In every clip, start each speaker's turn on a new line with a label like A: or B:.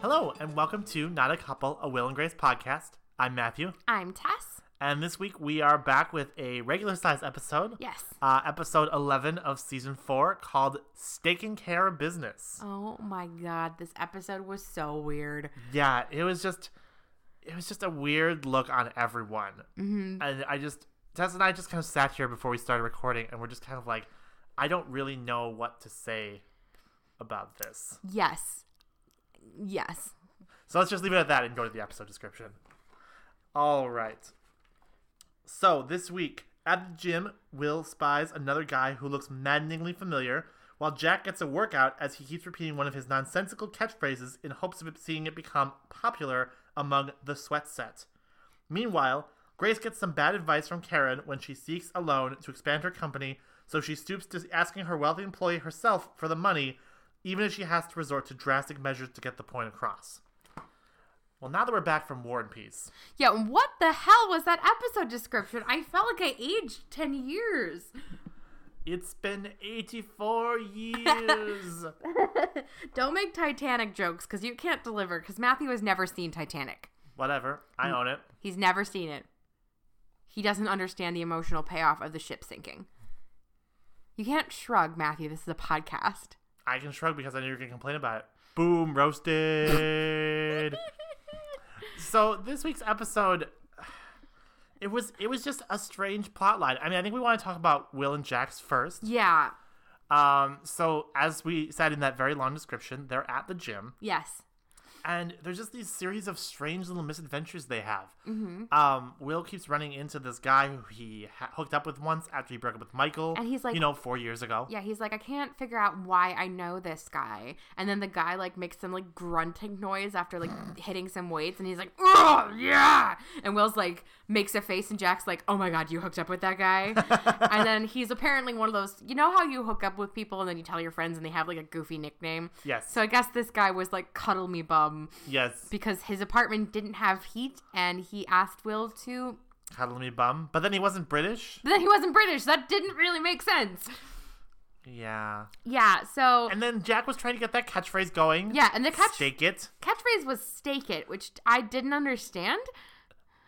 A: Hello, and welcome to Not a Couple, a Will and Grace podcast. I'm Matthew,
B: I'm Tess.
A: and this week we are back with a regular size episode,
B: Yes.
A: uh, episode 11 of season 4, called Staking Care of Business.
B: Oh my god, this episode was so weird.
A: Yeah, it was just. It was just a weird look on everyone. Mm-hmm. And I just, Tess and I just kind of sat here before we started recording, and we're just kind of like, I don't really know what to say about this.
B: Yes. Yes.
A: So let's just leave it at that and go to the episode description. All right. So this week at the gym, Will spies another guy who looks maddeningly familiar, while Jack gets a workout as he keeps repeating one of his nonsensical catchphrases in hopes of it- seeing it become popular among the sweat set. Meanwhile, Grace gets some bad advice from Karen when she seeks a loan to expand her company, so she stoops to asking her wealthy employee herself for the money, even if she has to resort to drastic measures to get the point across. Well, now that we're back from War and Peace,
B: Yeah, and what the hell was that episode description? I felt like I aged 10 years.
A: it's been 84 years.
B: Don't make Titanic jokes because you can't deliver because Matthew has never seen Titanic.
A: Whatever, I own it.
B: He's never seen it. He doesn't understand the emotional payoff of the ship sinking. You can't shrug, Matthew. This is a podcast.
A: I can shrug because I knew you were going to complain about it. Boom, roasted. so this week's episode, it was it was just a strange plot line. I mean, I think we want to talk about Will and Jax first.
B: Yeah.
A: Um, so as we said in that very long description, they're at the gym.
B: Yes.
A: and there's just these series of strange little misadventures they have.
B: Mm-hmm.
A: Um, Will keeps running into this guy who he ha- hooked up with once after he broke up with Michael,
B: And he's like-
A: you know, four years ago.
B: Yeah, he's like, I can't figure out why I know this guy. And then the guy like makes some like grunting noise after like hitting some weights, and he's like, Oh yeah. And Will's like makes a face, and Jack's like, Oh my god, you hooked up with that guy. and then he's apparently one of those. You know how you hook up with people, and then you tell your friends, and they have like a goofy nickname.
A: Yes.
B: So I guess this guy was like Cuddle Me Bum
A: yes.
B: because his apartment didn't have heat, and he asked Will to.
A: Cuddle me bum. But then he wasn't British.
B: But then he wasn't British. That didn't really make sense.
A: Yeah.
B: Yeah. So.
A: And then Jack was trying to get that catchphrase going.
B: yeah, and the catch
A: Stake it.
B: catchphrase was stake it, which I didn't understand.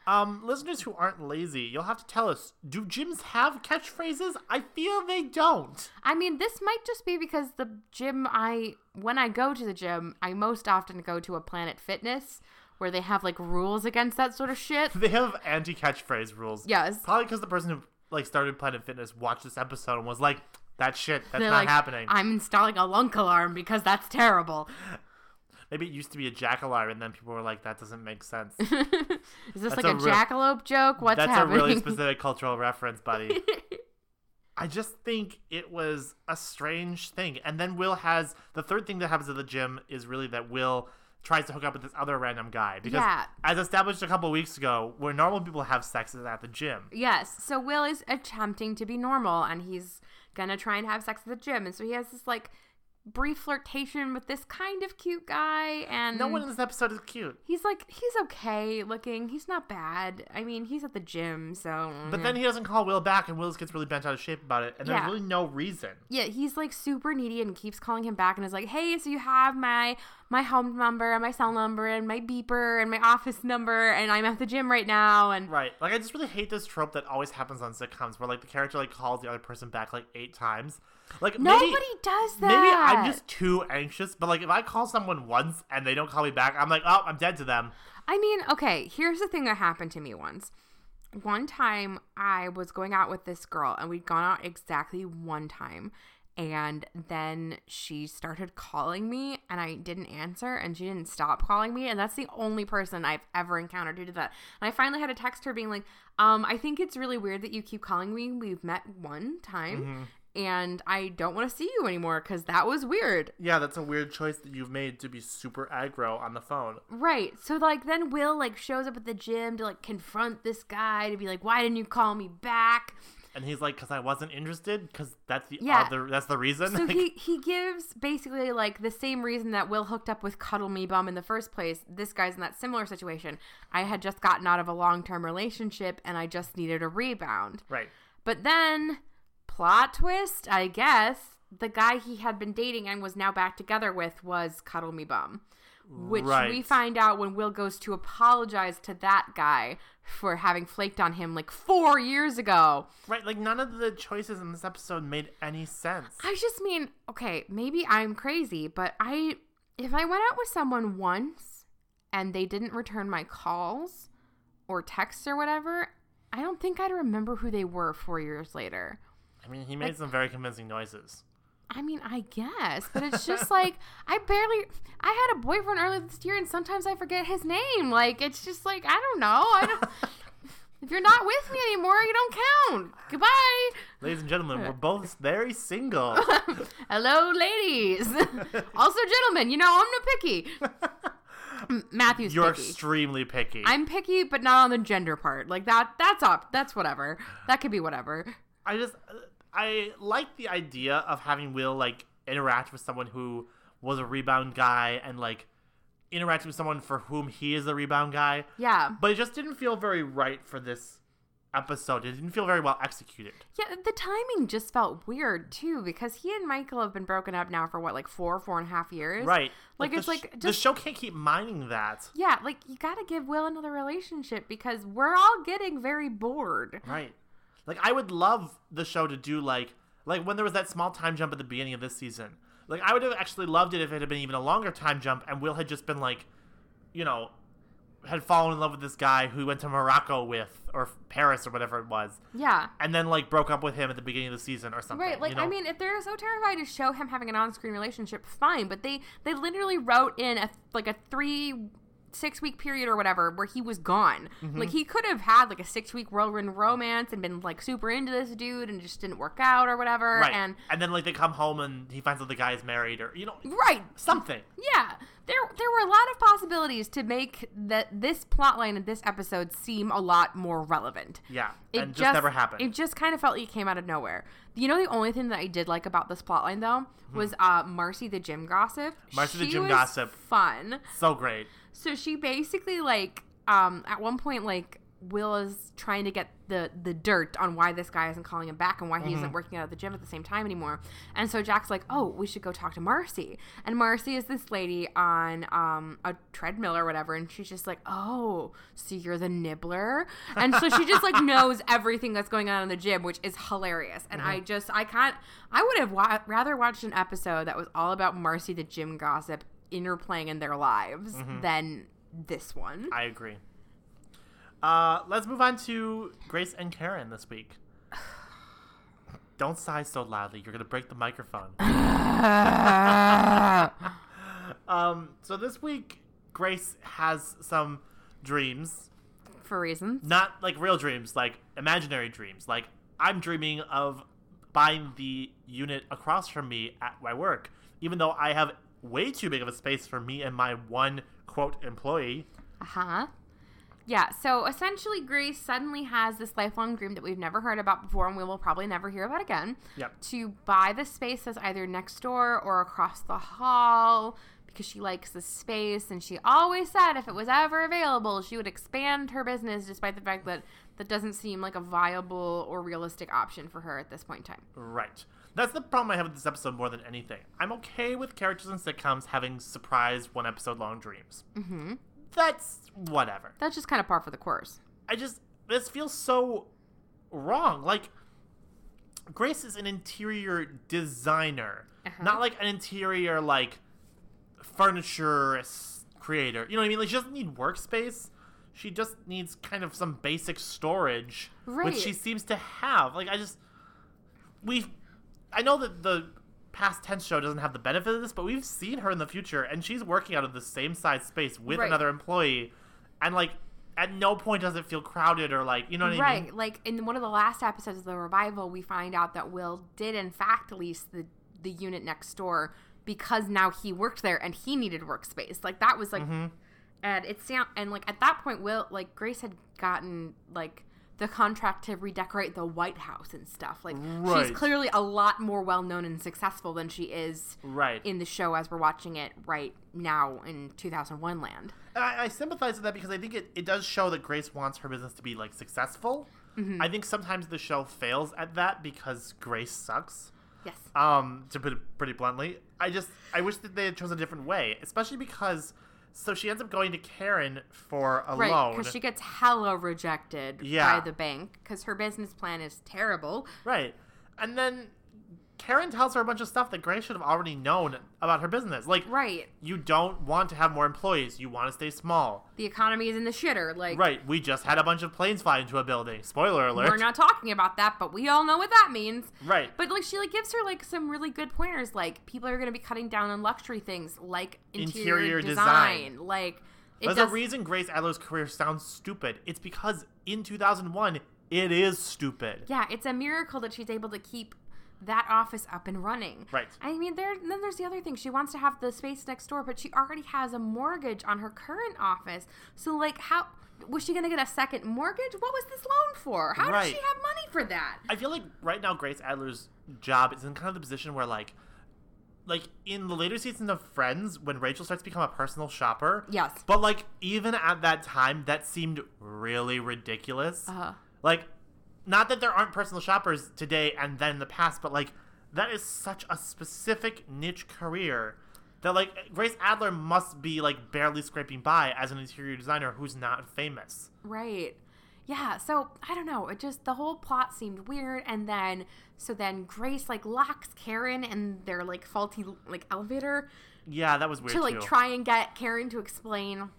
A: Um, listeners who aren't lazy, you'll have to tell us: Do gyms have catchphrases? I feel they don't.
B: I mean, this might just be because the gym I when I go to the gym, I most often go to a Planet Fitness where they have like rules against that sort of shit.
A: They have anti-catchphrase rules.
B: Yes.
A: Probably because the person who like started Planet Fitness watched this episode and was like, "That shit, that's
B: They're
A: not
B: like,
A: happening."
B: I'm installing a lunk alarm because that's terrible.
A: Maybe it used to be a jackalope, and then people were like, "That doesn't make sense."
B: Is this
A: That's
B: like
A: a
B: a,
A: real-
B: jackalope joke? What's
A: That's
B: happening?
A: a really specific cultural reference, buddy. I just think it was a strange thing. And then Will has the third thing that happens at the gym is really that Will tries to hook up with this other random guy because,
B: Yeah.
A: as established a couple weeks ago, where normal people have sex is at the gym.
B: Yes. So Will is attempting to be normal and he's gonna try and have sex at the gym. And so he has this like brief flirtation with this kind of cute guy and
A: No one in this episode is cute.
B: he's like he's okay looking. He's not bad. I mean, he's at the gym, so
A: But then he doesn't call Will back, and Will just gets really bent out of shape about it, and there's
B: Mm-hmm. Yeah.
A: really no reason.
B: yeah, he's like super needy and keeps calling him back and is like, "Hey, so you have my my home number and my cell number and my beeper and my office number and I'm at the gym right now and
A: Right. Like I just really hate this trope that always happens on sitcoms where like the character like calls the other person back like eight times. Like
B: nobody
A: maybe,
B: does that."
A: maybe I'm just too anxious, but like if I call someone once and they don't call me back, I'm like, oh, I'm dead to them.
B: I mean, okay, here's the thing that happened to me once. One time I was going out with this girl and we'd gone out exactly one time. And then she started calling me and I didn't answer and she didn't stop calling me. And that's the only person I've ever encountered who did that. And I finally had to text her being like, um, I think it's really weird that you keep calling me. We've met one time. And I don't want to see you anymore because that was weird.
A: Yeah, that's a weird choice that you've made to be super aggro on the phone.
B: Right. So like then Will like shows up at the gym to like confront this guy to be like, "Why didn't you call me back?"
A: And he's like, because I wasn't interested, because that's the
B: Yeah.
A: other, that's the reason.
B: So
A: Like,
B: he he gives basically like the same reason that Will hooked up with Cuddle Me Bum in the first place. This guy's in that similar situation. I had just gotten out of a long-term relationship and I just needed a rebound.
A: right.
B: But then plot twist, I guess, the guy he had been dating and was now back together with was Cuddle Me Bum, which we
A: Right.
B: find out when Will goes to apologize to that guy for having flaked on him like four years ago.
A: Right, like none of the choices in this episode made any sense.
B: I just mean, okay, maybe I'm crazy, but I if I went out with someone once and they didn't return my calls or texts or whatever, I don't think I'd remember who they were 4 years later.
A: I mean, he made some very convincing noises.
B: I mean, I guess, but it's just like I barely I had a boyfriend earlier this year and sometimes I forget his name. Like it's just like I don't know. I don't If you're not with me anymore, you don't count. Goodbye.
A: Ladies and gentlemen, we're both very single.
B: Hello, ladies. also, gentlemen, you know, I'm not picky. M- Matthew's
A: You're
B: picky.
A: extremely picky.
B: I'm picky, but not on the gender part. Like that, that's up. That's whatever. That could be whatever.
A: I just uh, I like the idea of having Will like interact with someone who was a rebound guy and like interact with someone for whom he is a rebound guy,
B: Yeah.
A: but it just didn't feel very right for this episode. It didn't feel very well executed.
B: Yeah, the timing just felt weird too because he and Michael have been broken up now for what, like four, four and a half years?
A: Right.
B: Like,
A: the
B: it's
A: sh-
B: like,
A: the
B: just-
A: show can't keep mining that.
B: Yeah, like you gotta give Will another relationship because we're all getting very bored.
A: Right. Like I would love the show to do like like when there was that small time jump at the beginning of this season. Like I would have actually loved it if it had been even a longer time jump and Will had just been like, you know, had fallen in love with this guy who he went to Morocco with or Paris or whatever it was,
B: Yeah.
A: and then like broke up with him at the beginning of the season or something.
B: Right, like
A: you know?
B: I mean, if they're so terrified to show him having an on-screen relationship, fine. But they they literally wrote in a like a three six week period or whatever where he was gone.
A: Mm-hmm.
B: Like he could have had like a six week whirlwind romance and been like super into this dude and it just didn't work out or whatever.
A: right.
B: And
A: then like they come home and he finds out the guy is married or you know
B: right,
A: something.
B: yeah, there there were a lot of possibilities to make that this plot line in this episode seem a lot more relevant.
A: Yeah. and just, never happened.
B: It just kind of felt like it came out of nowhere. You know, the only thing that I did like about this plotline though was uh, Marcy the gym gossip.
A: Hmm. Marcy the
B: She
A: gym
B: was
A: gossip.
B: Fun.
A: so great.
B: So she basically like um, at one point like Will is trying to get the the dirt on why this guy isn't calling him back and why he isn't working out at the gym at the same time anymore. And so Jack's like, "Oh, we should go talk to Marcy." And Marcy is this lady on um, a treadmill or whatever, and she's just like, "Oh, so you're the nibbler?" And so she just like knows everything that's going on in the gym, which is hilarious. And I just I can't I would have wa- rather watched an episode that was all about Marcy the gym gossip interplaying in their lives than this one.
A: Mm-hmm. I agree. Uh, let's move on to Grace and Karen this week. Don't sigh so loudly. You're going to break the microphone. um, so this week, Grace has some dreams.
B: for reasons.
A: Not like real dreams, like imaginary dreams. Like, I'm dreaming of buying the unit across from me at my work, even though I have way too big of a space for me and my one quote employee.
B: Uh huh. Yeah, so essentially, Grace suddenly has this lifelong dream that we've never heard about before and we will probably never hear about again.
A: Yep.
B: To buy the space that's either next door or across the hall because she likes the space and she always said if it was ever available, she would expand her business despite the fact that that doesn't seem like a viable or realistic option for her at this point in time.
A: Right. That's the problem I have with this episode more than anything. I'm okay with characters in sitcoms having surprise one episode long dreams. Mm-hmm. That's whatever.
B: That's just kind of par for the course.
A: I just this feels so wrong. Like Grace is an interior designer,
B: Uh-huh.
A: not like an interior like furniture s- creator. You know what I mean? Like she doesn't need workspace. She just needs kind of some basic storage,
B: Right.
A: which she seems to have. Like I just we, I know that the past tense show doesn't have the benefit of this, but we've seen her in the future, and she's working out of the same size space with
B: Right.
A: another employee, and like at no point does it feel crowded or like you know what I
B: right.
A: mean.
B: Like in one of the last episodes of the revival, we find out that Will did in fact lease the the unit next door because now he worked there and he needed workspace. Like that was like, and it sound and like at that point, Will like Grace had gotten like the contract to redecorate the White House and stuff. Like
A: Right.
B: she's clearly a lot more well known and successful than she is
A: Right.
B: in the show as we're watching it right now in 2001 land.
A: And I, I sympathize with that because I think it, it does show that Grace wants her business to be like successful.
B: Mm-hmm.
A: I think sometimes the show fails at that because Grace sucks.
B: Yes.
A: Um, to put it pretty bluntly, I just I wish that they had chosen a different way, especially because So she ends up going to Karen for a
B: Right,
A: loan.
B: because she gets hella rejected
A: Yeah.
B: by the bank because her business plan is terrible.
A: Right. And then Karen tells her a bunch of stuff that Grace should have already known about her business. Like,
B: Right,
A: you don't want to have more employees. You want to stay small.
B: the economy is in the shitter. Like,
A: Right. We just had a bunch of planes fly into a building. Spoiler alert.
B: we're not talking about that, but we all know what that means.
A: right.
B: But like, she like gives her like some really good pointers. Like, people are going to be cutting down on luxury things, like interior,
A: Interior
B: design.
A: design.
B: Like, it
A: There's
B: does.
A: a reason Grace Adler's career sounds stupid. It's because in 2001, it is stupid.
B: yeah, it's a miracle that she's able to keep that office up and running.
A: Right.
B: I mean, there. Then there's the other thing. She wants to have the space next door, but she already has a mortgage on her current office. So, like, how was she going to get a second mortgage? What was this loan for? How does
A: Right.
B: she have money for that?
A: I feel like right now Grace Adler's job is in kind of the position where like like in the later season of Friends when Rachel starts to become a personal shopper.
B: Yes.
A: But like even at that time that seemed really ridiculous.
B: Uh,
A: Like not that there aren't personal shoppers today and then in the past, but like that is such a specific niche career that like Grace Adler must be like barely scraping by as an interior designer who's not famous.
B: Right. Yeah, so I don't know. It just the whole plot seemed weird and then so then Grace like locks Karen in their like faulty like elevator
A: Yeah, that was weird
B: to
A: too.
B: like try and get Karen to explain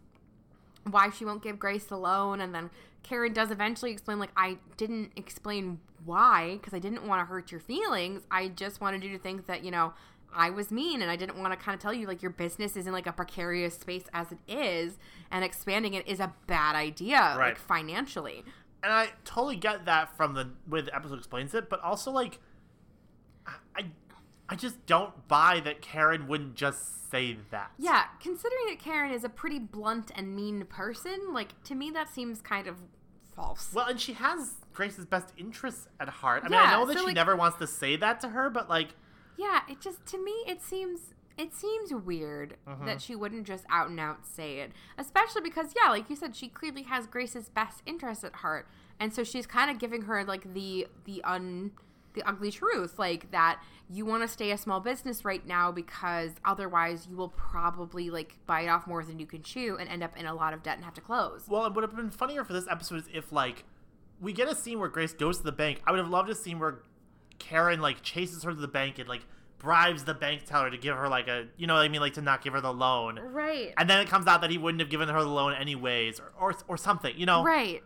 B: why she won't give Grace the loan and then Karen does eventually explain like I didn't explain why cuz I didn't want to hurt your feelings. I just wanted you to think that, you know, I was mean and I didn't want to kind of tell you like your business is in like a precarious space as it is and expanding it is a bad idea
A: Right.
B: like financially.
A: and I totally get that from the way the episode explains it, but also like, I- I, I just don't buy that Karen wouldn't just say that.
B: Yeah, considering that Karen is a pretty blunt and mean person, like to me that seems kind of false.
A: Well, and she has Grace's best interests at heart. I mean,
B: Yeah,
A: I know that
B: so,
A: she
B: like-
A: never wants to say that to her, but like,
B: Yeah, it just to me it seems it seems weird that she wouldn't just out and out say it, especially because yeah, like you said, she clearly has Grace's best interest at heart, and so she's kind of giving her like the the un the ugly truth, like that you want to stay a small business right now because otherwise you will probably like bite off more than you can chew and end up in a lot of debt and have to close.
A: well, it would have been funnier for this episode is if like, we get a scene where Grace goes to the bank. I would have loved a scene where Karen like chases her to the bank and like bribes the bank teller to give her like a, you know what I mean, like to not give her the loan.
B: Right.
A: and then it comes out that he wouldn't have given her the loan anyways or, or, or something you know
B: Right.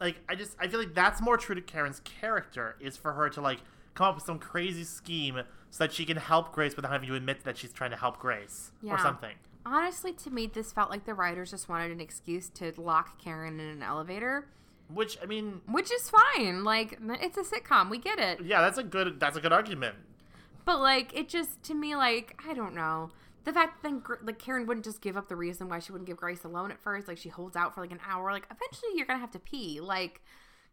A: like i just i feel like that's more true to karen's character is for her to like come up with some crazy scheme so that she can help grace without having to admit that she's trying to help grace
B: Yeah.
A: or something
B: Honestly, to me, this felt like the writers just wanted an excuse to lock Karen in an elevator.
A: which i mean
B: which is fine. Like it's a sitcom, we get it.
A: yeah that's a good that's a good argument
B: But like it just to me, like I don't know. The fact that then Gr- like Karen wouldn't just give up the reason why she wouldn't give Grace a loan at first. Like she holds out for like an hour. Like eventually you're gonna have to pee. Like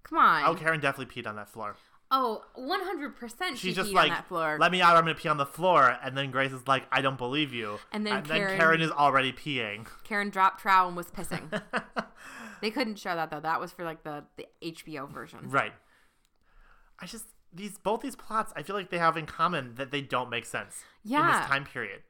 B: come on.
A: oh karen definitely peed on that floor
B: Oh, one hundred percent.
A: she's
B: She
A: just
B: peed
A: like
B: on that floor.
A: let me out i'm gonna pee on the floor and then grace is like i don't believe you
B: And then Karen-
A: karen is already peeing
B: Karen dropped trowel and was pissing. they couldn't show that though. That was for like the the HBO version.
A: Right. I just these both these plots I feel like they have in common that they don't make sense in
B: Yeah.
A: this time period.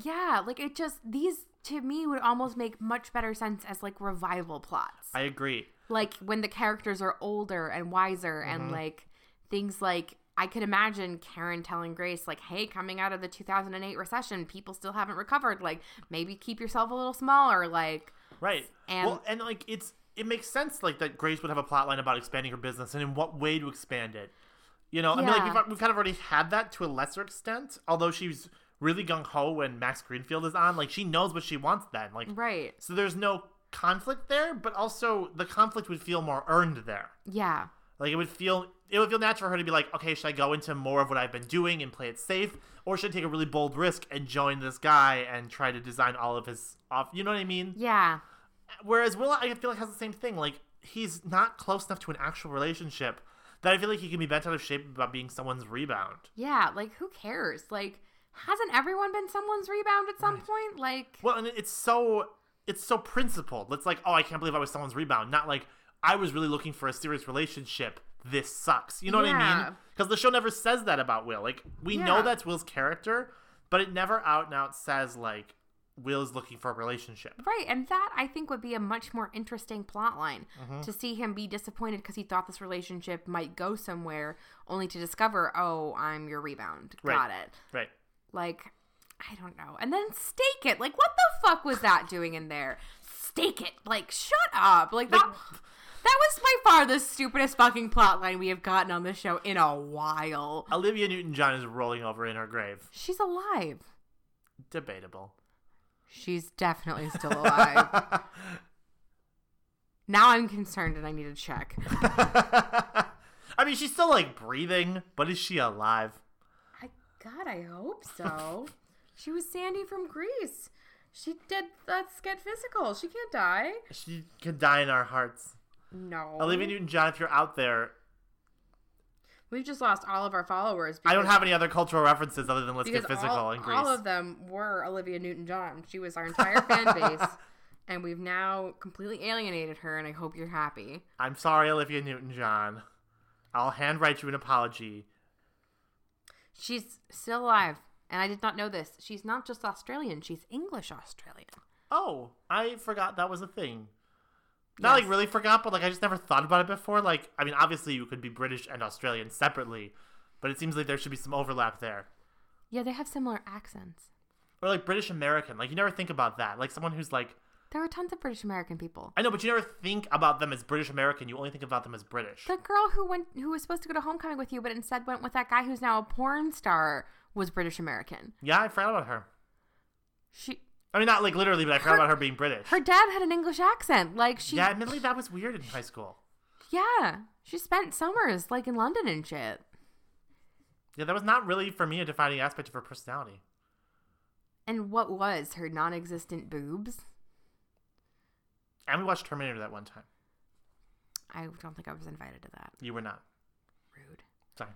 B: Yeah, like it just these to me would almost make much better sense as like revival plots.
A: I agree.
B: like when the characters are older and wiser and like things like I could imagine Karen telling Grace like, "Hey, coming out of the 2008 recession, people still haven't recovered. Like, maybe keep yourself a little smaller." Like,
A: Right.
B: And-
A: well, and like it's it makes sense like that Grace would have a plot line about expanding her business and in what way to expand it. You know, I mean,
B: Yeah.
A: like we've, we've kind of already had that to a lesser extent. Although she's really gung ho when Max Greenfield is on, like she knows what she wants then. Like,
B: right?
A: so there's no conflict there, but also the conflict would feel more earned there.
B: Yeah,
A: Like it would feel it would feel natural for her to be like, okay, should I go into more of what I've been doing and play it safe, or should I take a really bold risk and join this guy and try to design all of his off? You know what I mean?
B: yeah,
A: Whereas Will, I feel like has the same thing. Like he's not close enough to an actual relationship that I feel like he can be bent out of shape about being someone's rebound.
B: yeah. Like, who cares? Like, hasn't everyone been someone's rebound at some point? Like,
A: Well, and it's so it's so principled. It's like, oh, I can't believe I was someone's rebound. Not like I was really looking for a serious relationship. This sucks. You know what I
B: Yeah.
A: mean? Because the show never says that about Will. Like we know
B: Yeah.
A: that's Will's character, but it never out and out says like Will is looking for a relationship.
B: Right, and that I think would be a much more interesting plot line to see him be disappointed because he thought this relationship might go somewhere, only to discover, oh, I'm your rebound.
A: Right.
B: Got it.
A: Right.
B: Like, I don't know. And then stake it. Like, what the fuck was that doing in there? Stake it. Like, shut up. Like that. That was by far the stupidest fucking plot line we have gotten on this show in a while.
A: Olivia Newton John is rolling over in her grave.
B: She's alive.
A: Debatable.
B: She's definitely still alive. now I'm concerned and I need to check.
A: I mean, she's still like breathing, but is she alive?
B: I God, I hope so. she was Sandy from Greece. She did let's get physical. She can't die.
A: She can die in our hearts.
B: No.
A: Olivia Newton John, if you're out there,
B: We've just lost all of our followers.
A: I don't have any other cultural references other than let's get
B: because
A: physical
B: all,
A: in Greece.
B: all of them were Olivia Newton John. She was our entire fan base. And we've now completely alienated her, and I hope you're happy.
A: I'm sorry, Olivia Newton John. I'll handwrite you an apology.
B: She's still alive, and I did not know this. She's not just Australian, she's English Australian.
A: Oh, I forgot that was a thing. Not
B: Yes.
A: like really forgot, but like I just never thought about it before. Like, I mean, obviously you could be British and Australian separately, but it seems like there should be some overlap there.
B: Yeah, they have similar accents.
A: Or like British American. Like, you never think about that. Like, someone who's like,
B: There were tons of British American people.
A: I know, but you never think about them as British American. You only think about them as British.
B: The girl who went, who was supposed to go to homecoming with you, but instead went with that guy who's now a porn star, was British American.
A: Yeah, I forgot about her.
B: She,
A: I mean, not like literally, but I forgot
B: Her-
A: about her being British.
B: her dad had an English accent. Like she,
A: yeah,
B: yeah,
A: admittedly, that was weird in high school.
B: she spent summers like in London and shit.
A: Yeah, that was not really for me a defining aspect of her personality.
B: And what was her non-existent boobs?
A: And we watched Terminator that one time.
B: I don't think I was invited to that.
A: You were not.
B: Rude.
A: Sorry.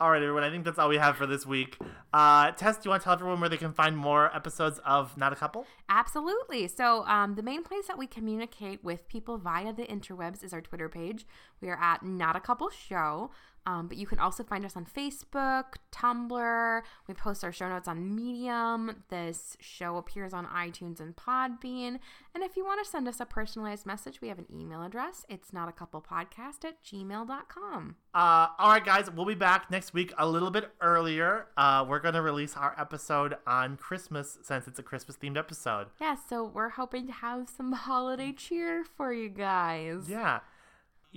A: all right, everyone. I think that's all we have for this week. Uh, Tess, do you want to tell everyone where they can find more episodes of Not a Couple?
B: Absolutely. So, um, the main place that we communicate with people via the interwebs is our Twitter page. We are at Not a Couple Show, um, but you can also find us on Facebook, Tumblr. We post our show notes on Medium. This show appears on iTunes and Podbean. And if you want to send us a personalized message, we have an email address. It's not a couple podcast at gmail.com.
A: Uh, all right, guys, we'll be back next week a little bit earlier. Uh, we're going to release our episode on Christmas since it's a Christmas themed episode.
B: Yeah, so we're hoping to have some holiday cheer for you guys.
A: Yeah.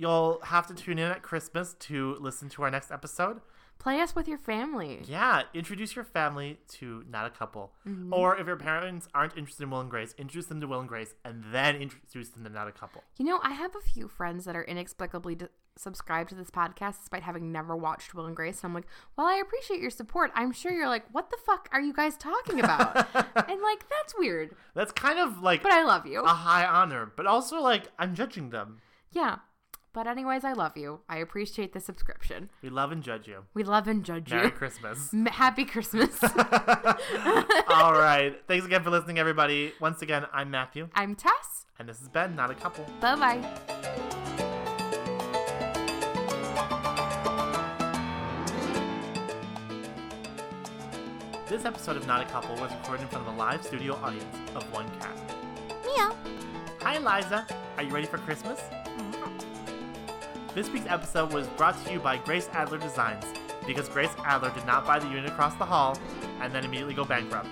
A: You'll have to tune in at Christmas to listen to our next episode.
B: Play us with your family.
A: Yeah, introduce your family to Not a Couple.
B: Mm-hmm.
A: Or if your parents aren't interested in Will and Grace, introduce them to Will and Grace and then introduce them to Not a Couple.
B: You know, I have a few friends that are inexplicably d- subscribed to this podcast despite having never watched Will and Grace. And I'm like, well, I appreciate your support. I'm sure you're like, what the fuck are you guys talking about? and like, that's weird,
A: That's kind of like
B: but I love you.
A: a high honor, but also like I'm judging them.
B: yeah. But, anyways, I love you. I appreciate the subscription.
A: We love and judge you.
B: We love and judge
A: Merry
B: you.
A: Christmas.
B: M- Happy Christmas.
A: All right. Thanks again for listening, everybody. Once again, I'm Matthew,
B: I'm Tess.
A: and this has been Not a Couple.
B: Bye bye.
A: This episode of Not a Couple was recorded in front of a live studio audience of one cat.
B: Meow.
A: Hi, Eliza. Are you ready for Christmas? This week's episode was brought to you by Grace Adler Designs because Grace Adler did not buy the unit across the hall and then immediately go bankrupt.